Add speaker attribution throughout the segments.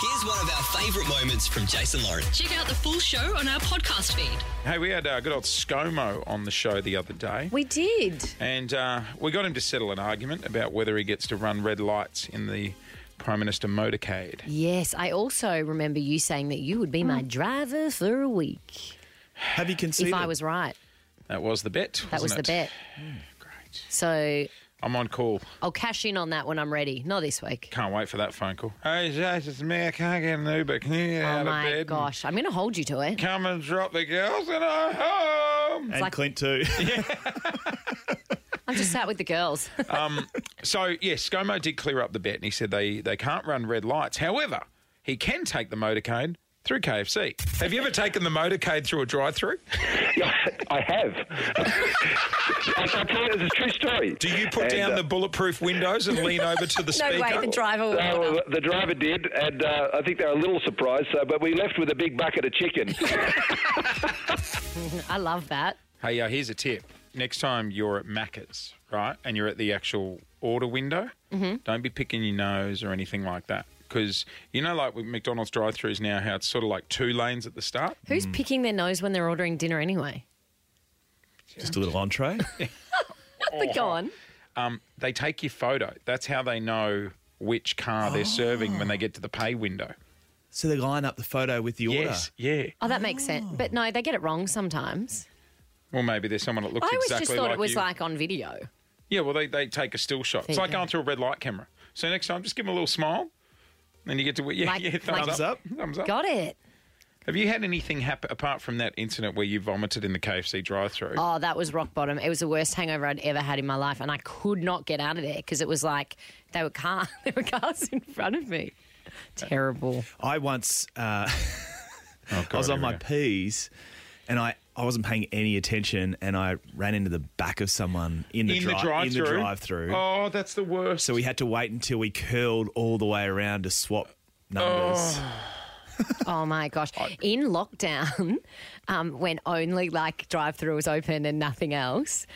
Speaker 1: Here's one of our favourite moments from Jason Lauren.
Speaker 2: Check out the full show on our podcast feed.
Speaker 3: Hey, we had uh, good old ScoMo on the show the other day,
Speaker 4: We did.
Speaker 3: and uh, we got him to settle an argument about whether he gets to run red lights in the Prime Minister motorcade.
Speaker 4: Yes, I also remember you saying that you would be my driver for a week
Speaker 5: Have you
Speaker 4: if
Speaker 5: considered?
Speaker 4: I was right.
Speaker 3: That was the bet.
Speaker 4: That was
Speaker 3: wasn't
Speaker 4: the
Speaker 3: it? Hmm,
Speaker 4: bet.
Speaker 3: Great.
Speaker 4: So
Speaker 3: I'm on call.
Speaker 4: I'll cash in on that when I'm ready. Not this week.
Speaker 3: Can't wait for that phone call. Hey, Jason, it's me. I can't get an Uber. Can you get out
Speaker 4: oh
Speaker 3: of bed?
Speaker 4: my
Speaker 3: and
Speaker 4: gosh, I'm going to hold you to it.
Speaker 3: Come and drop the girls and I'm home.
Speaker 5: and
Speaker 4: like-
Speaker 5: Clint too.
Speaker 4: I'm just sat with the girls.
Speaker 3: So, yes, ScoMo did clear up the bet and he said they, they can't run red lights. However, he can take the motorcade through KFC. Have you ever taken the motorcade through a drive through?
Speaker 6: I have. I, I tell you, it's a true story.
Speaker 3: Do you put
Speaker 6: And,
Speaker 3: down
Speaker 6: uh,
Speaker 3: the bulletproof windows and lean over to the speaker?
Speaker 4: no way, the driver will.
Speaker 6: No, well, the driver did, and uh, I think they were a little surprised. So, but we left with a big bucket of chicken.
Speaker 4: I love that.
Speaker 3: Hey, uh, here's a tip. Next time you're at Macca's, right, and you're at the actual order window,
Speaker 4: Mm-hmm.
Speaker 3: don't be picking your nose or anything like that. Because, you know, like with McDonald's drive throughs now, how it's sort of like two lanes at the start?
Speaker 4: Who's picking their nose when they're ordering dinner anyway?
Speaker 5: Just a little entree.
Speaker 3: Oh.
Speaker 4: But go on.
Speaker 3: Um, they take your photo. That's how they know which car they're serving
Speaker 4: Ah.
Speaker 3: when they get to the pay window.
Speaker 5: so they line up the photo with the order.
Speaker 3: Yes, yeah.
Speaker 4: Oh, that makes sense. But no, they get it wrong sometimes.
Speaker 3: Well, maybe there's someone that looks
Speaker 4: I always
Speaker 3: exactly
Speaker 4: just thought
Speaker 3: like
Speaker 4: it was
Speaker 3: you.
Speaker 4: like on video.
Speaker 3: Yeah, well, they, they take a still shot.
Speaker 4: There
Speaker 3: It's
Speaker 4: you
Speaker 3: like
Speaker 4: go.
Speaker 3: going through a red light camera. So next time, just give them a little smile, and you get to yeah,
Speaker 4: Like-
Speaker 3: yeah thumbs,
Speaker 4: like-
Speaker 3: up, thumbs up.
Speaker 4: Got it.
Speaker 3: Have you had anything happen apart from that incident where you vomited in the KFC drive-through?
Speaker 4: Oh, that was rock bottom. It was the worst hangover I'd ever had in my life, and I could not get out of there because it was like they were car, there were cars in front of me. Terrible.
Speaker 5: I once uh,
Speaker 3: God,
Speaker 5: I was on
Speaker 3: here we
Speaker 5: my
Speaker 3: go.
Speaker 5: P's and I, I wasn't paying any attention and I ran into the back of someone in the,
Speaker 3: in the
Speaker 5: dri- in
Speaker 3: drive-through.
Speaker 5: the drive-through.
Speaker 3: Oh, that's the worst.
Speaker 5: So we had to wait until we curled all the way around to swap numbers.
Speaker 4: Oh my gosh. In lockdown, um, when only like drive through was open and nothing else,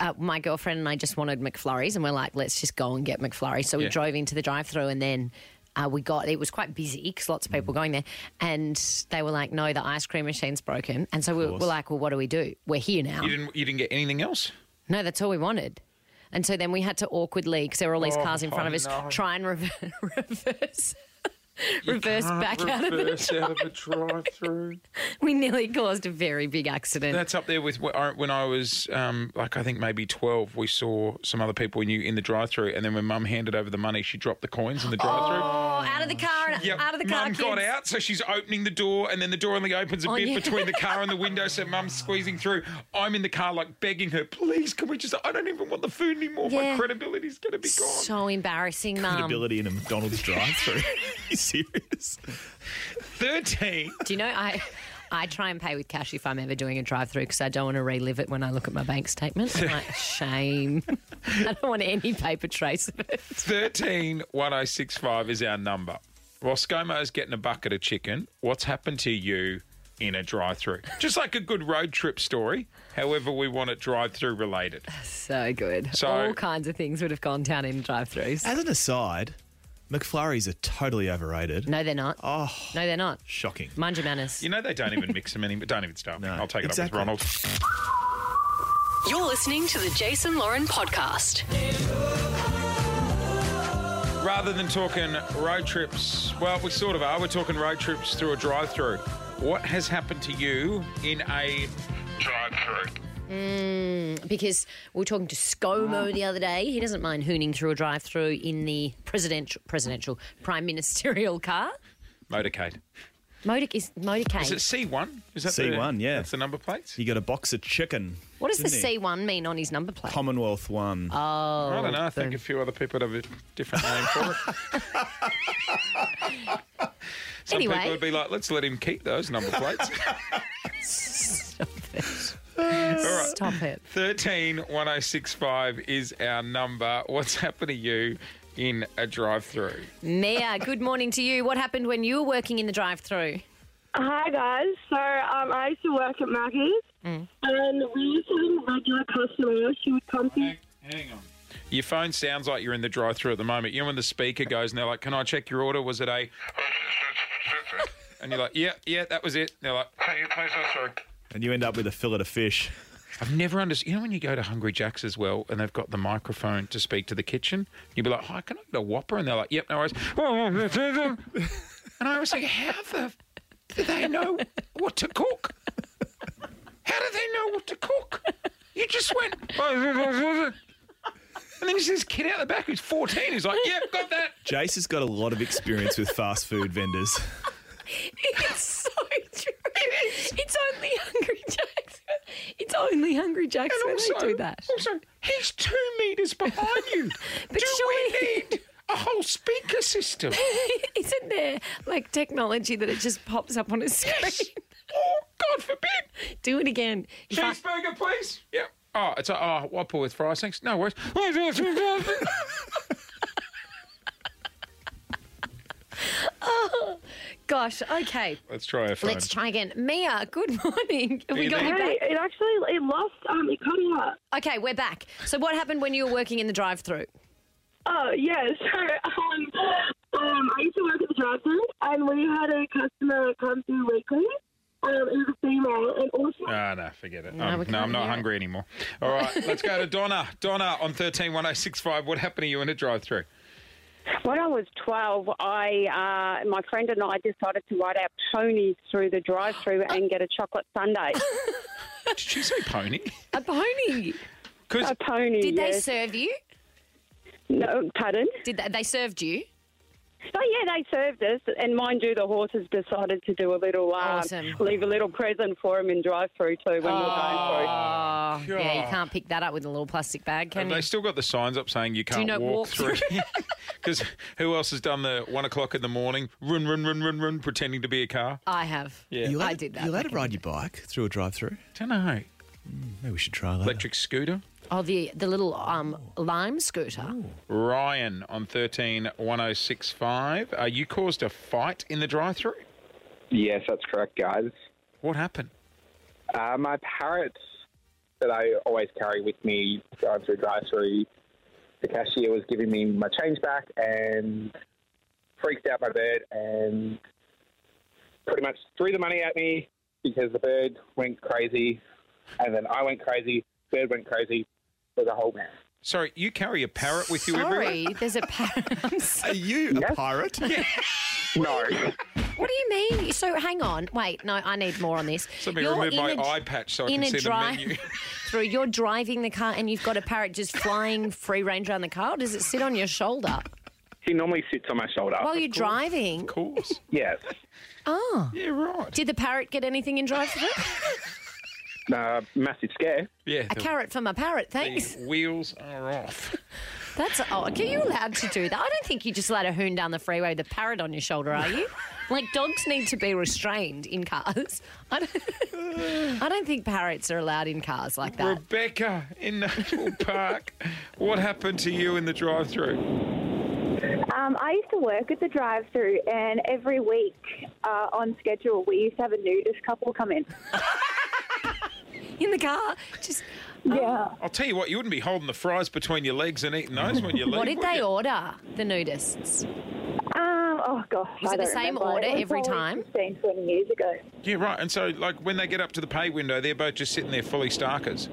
Speaker 4: uh, my girlfriend and I just wanted McFlurries and we're like, let's just go and get McFlurries. So we
Speaker 3: Yeah.
Speaker 4: drove into the drive through and then. Uh, we got it was quite busy because lots of people
Speaker 3: Mm.
Speaker 4: were going there, and they were like, "No, the ice cream machine's broken." And so we were like, "Well, what do we do? We're here now."
Speaker 3: you didn't you didn't get anything else.
Speaker 4: No, that's all we wanted. And so then we had to awkwardly, because there were all these
Speaker 3: Oh,
Speaker 4: cars in front of us,
Speaker 3: no.
Speaker 4: try and reverse, reverse, reverse back out of it.
Speaker 3: reverse out of a drive-through.
Speaker 4: We nearly caused a very big accident.
Speaker 3: That's up there with wh- I- when I was um, like I think maybe twelve. We saw some other people we knew in the drive-through, and then when Mum handed over the money, she dropped the coins in the drive-through.
Speaker 4: oh, out of the car and
Speaker 3: Yep.
Speaker 4: out of the car.
Speaker 3: Mum
Speaker 4: kids.
Speaker 3: got out, so she's opening the door, and then the door only opens a
Speaker 4: Oh,
Speaker 3: bit
Speaker 4: yeah.
Speaker 3: between the car and the window, so Mum's squeezing through. I'm in the car, like begging her, please, can we just? I don't even want the food anymore.
Speaker 4: Yeah.
Speaker 3: My credibility's going to be gone.
Speaker 4: So embarrassing, Mum. Do
Speaker 5: Credibility in a McDonald's drive-through. you serious?
Speaker 3: 13.
Speaker 4: you know I? I try and pay with cash if I'm ever doing a drive-through because I don't want to relive it when I look at my bank statement. I'm like, shame. I don't want any paper trace of it.
Speaker 3: 13 1065 is our number. While ScoMo's getting a bucket of chicken, what's happened to you in a drive through? Just like a good road trip story, however, we want it drive through related.
Speaker 4: So good.
Speaker 3: So-
Speaker 4: all kinds of things would have gone down in drive-throughs.
Speaker 5: As an aside, McFlurries are totally overrated.
Speaker 4: No, they're not.
Speaker 5: Oh,
Speaker 4: No, they're not.
Speaker 5: shocking.
Speaker 4: Mind your manners.
Speaker 3: You know, they don't even mix them anymore. Don't even start. me.
Speaker 5: No,
Speaker 3: I'll take it
Speaker 5: exactly.
Speaker 3: up with Ronald.
Speaker 2: You're listening to the Jason Lauren podcast.
Speaker 3: Rather than talking road trips, well, we sort of are. We're talking road trips through a drive through. What has happened to you in a drive through?
Speaker 4: because we were talking to ScoMo the other day. He doesn't mind hooning through a drive-through in the presidential, presidential, prime ministerial car.
Speaker 3: Motorcade.
Speaker 4: Motor is motorcade.
Speaker 3: Is it C1? Is that
Speaker 5: C1,
Speaker 3: the,
Speaker 5: yeah.
Speaker 3: That's the number plates?
Speaker 5: You got a box of chicken.
Speaker 4: what does the
Speaker 5: didn't he?
Speaker 4: C Oh. one mean on his number plate?
Speaker 5: Commonwealth one.
Speaker 3: I don't know. I think a few other people would have a different name for it. Some
Speaker 4: Anyway.
Speaker 3: people would be like, let's let him keep those number plates.
Speaker 4: Stop it!
Speaker 3: All right.
Speaker 4: Stop it!
Speaker 3: 13 1065 is our number. What's happened to you in a drive through?
Speaker 4: Mia, good morning to you. What happened when you were working in the drive-through?
Speaker 7: Hi guys. So um, I used to work at Maggie's, and we used to have a regular customer. She would come to.
Speaker 3: Hang on. Your phone sounds like you're in the drive through at the moment. You know when the speaker goes and they're like, Can I check your order? Was it a
Speaker 8: through.
Speaker 3: And you're like, yeah, yeah, that was it. And they're like,
Speaker 8: Can you please go through?
Speaker 5: And you end up with a fillet of fish.
Speaker 3: I've never understood. You know, when you go to Hungry Jack's as well, and they've got the microphone to speak to the kitchen, you'd be like, "Hi, can I get a Whopper?" And they're like, "Yep, no worries." and I was like, "How the f- do they know what to cook? How do they know what to cook? You just went." And then you see this kid out the back who's 14 who's like, yep, got that.
Speaker 5: Jace has got a lot of experience with fast food vendors.
Speaker 9: It's so true. It's only Hungry Jacks. It's only Hungry Jacks when they do that.
Speaker 3: Also, he's two metres behind you.
Speaker 9: But
Speaker 3: do we
Speaker 9: surely-
Speaker 3: need a whole speaker system?
Speaker 9: Isn't there like technology that it just pops up on a screen?
Speaker 3: oh, God forbid.
Speaker 9: Do it again. If I-
Speaker 3: Cheeseburger, please. Yep. Oh, it's a oh, Whopper with fries. Thanks. No worries.
Speaker 4: Gosh, okay.
Speaker 3: Let's try a phone.
Speaker 4: Let's try again. Mia, good morning. Have we got you
Speaker 7: Hey,
Speaker 4: back?
Speaker 7: it actually it lost. Um, it cut out.
Speaker 4: Okay, we're back. So what happened when you were working in the drive-through?
Speaker 7: Oh yeah. So um, um, I used to work at the drive-thru, and we had a customer come through weekly. Um, it was a female, and also
Speaker 3: Ah, no, forget it. Um, No,
Speaker 4: we can't
Speaker 3: I'm not
Speaker 4: hear it.
Speaker 3: hungry anymore. All right, let's go to Donna. Donna on 131065. What happened to you in a drive through?
Speaker 10: When I was 12, I uh, my friend and I decided to ride our ponies through the drive-through and get a chocolate sundae.
Speaker 3: Did you say pony?
Speaker 9: a pony.
Speaker 3: Because
Speaker 10: A pony.
Speaker 4: Did they
Speaker 10: yes.
Speaker 4: serve you?
Speaker 10: No, pardon.
Speaker 4: Did they, they served you?
Speaker 10: But yeah, they served us, and mind you, the horses decided to do a little uh,
Speaker 4: Awesome.
Speaker 10: leave a little present for him in drive-through too when we were going through.
Speaker 5: Ah,
Speaker 4: Oh, yeah, you can't pick that up with a little plastic bag, can
Speaker 3: have they
Speaker 4: you?
Speaker 3: still got the signs up saying you can't
Speaker 4: not
Speaker 3: walk,
Speaker 4: walk
Speaker 3: through? Because who else has done the one o'clock in the morning run, run, run, run, run, pretending to be a car?
Speaker 4: I have.
Speaker 3: Yeah.
Speaker 5: You
Speaker 4: I
Speaker 5: let-
Speaker 4: did that
Speaker 5: You let
Speaker 4: back
Speaker 5: it ride your bike through a drive-through.
Speaker 3: don't know.
Speaker 5: Maybe we should try that.
Speaker 3: Electric scooter.
Speaker 4: Oh, the the little um,
Speaker 5: Oh.
Speaker 4: lime scooter.
Speaker 3: Ryan on 131065. Uh, you caused a fight in the drive through?
Speaker 11: Yes, that's correct, guys.
Speaker 3: What happened?
Speaker 11: Uh, my parrot that I always carry with me going through drive-through, the cashier was giving me my change back and freaked out my bird and pretty much threw the money at me because the bird went crazy and then I went crazy, bird went crazy, it was a whole mess.
Speaker 3: Sorry, you carry a parrot with you everywhere?
Speaker 4: Sorry, there's a parrot. I'm so-
Speaker 5: Are you a
Speaker 11: Yes.
Speaker 5: pirate?
Speaker 11: No.
Speaker 4: what do you mean? So hang on. Wait, no, I need more on this.
Speaker 3: Somebody
Speaker 4: You're
Speaker 3: remove
Speaker 4: in
Speaker 3: my
Speaker 4: a-
Speaker 3: eye patch so I
Speaker 4: in
Speaker 3: can see
Speaker 4: a drive-
Speaker 3: the menu.
Speaker 4: Through, you're driving the car and you've got a parrot just flying free range around the car. Or does it sit on your shoulder
Speaker 11: He normally sits on my shoulder.
Speaker 4: while you're driving?
Speaker 3: of course.
Speaker 11: Yes.
Speaker 4: Oh,
Speaker 3: Yeah, right.
Speaker 4: did the parrot get anything in drive through?
Speaker 11: Uh, massive scare.
Speaker 3: Yeah,
Speaker 4: a
Speaker 3: the,
Speaker 4: carrot for my parrot, thanks.
Speaker 3: the wheels are off.
Speaker 4: That's odd. Are you allowed to do that? I don't think you just let a hoon down the freeway with a parrot on your shoulder, are you? like dogs need to be restrained in cars. I don't, I don't think parrots are allowed in cars like that.
Speaker 3: Rebecca in National Park, what happened to you in the drive through?
Speaker 7: Um, I used to work at the drive-through, and every week uh, on schedule, we used to have a nudist couple come in.
Speaker 4: In the car, just
Speaker 7: Yeah.
Speaker 3: I'll tell you what, you wouldn't be holding the fries between your legs and eating those when you leave.
Speaker 4: what did
Speaker 3: would
Speaker 4: they
Speaker 3: you?
Speaker 4: order? The nudists.
Speaker 7: Um, oh gosh,
Speaker 4: Was
Speaker 7: I
Speaker 4: it the
Speaker 7: don't
Speaker 4: same
Speaker 7: remember.
Speaker 4: order
Speaker 7: It was
Speaker 4: every
Speaker 7: probably
Speaker 4: time?
Speaker 7: 15, 20 years ago.
Speaker 3: Yeah, right. And so, like, when they get up to the pay window, they're both just sitting there fully starkers.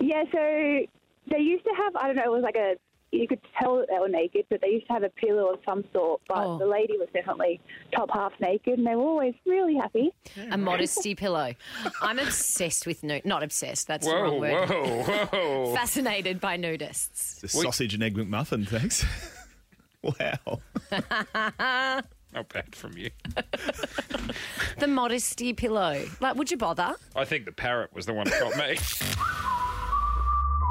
Speaker 7: Yeah, so they used to have, I don't know, it was like a, you could tell that they were naked, but they used to have a pillow of some sort, but
Speaker 4: Oh.
Speaker 7: the lady was definitely top half naked, and they were always really happy.
Speaker 4: A modesty pillow. I'm obsessed with nude. Not obsessed. That's the
Speaker 3: Whoa,
Speaker 4: wrong word.
Speaker 3: whoa, whoa.
Speaker 4: Fascinated by nudists.
Speaker 5: It's a sausage and egg McMuffin, thanks. wow.
Speaker 3: Not bad from you.
Speaker 4: The modesty pillow. Like, would you bother?
Speaker 3: I think the parrot was the one that got me.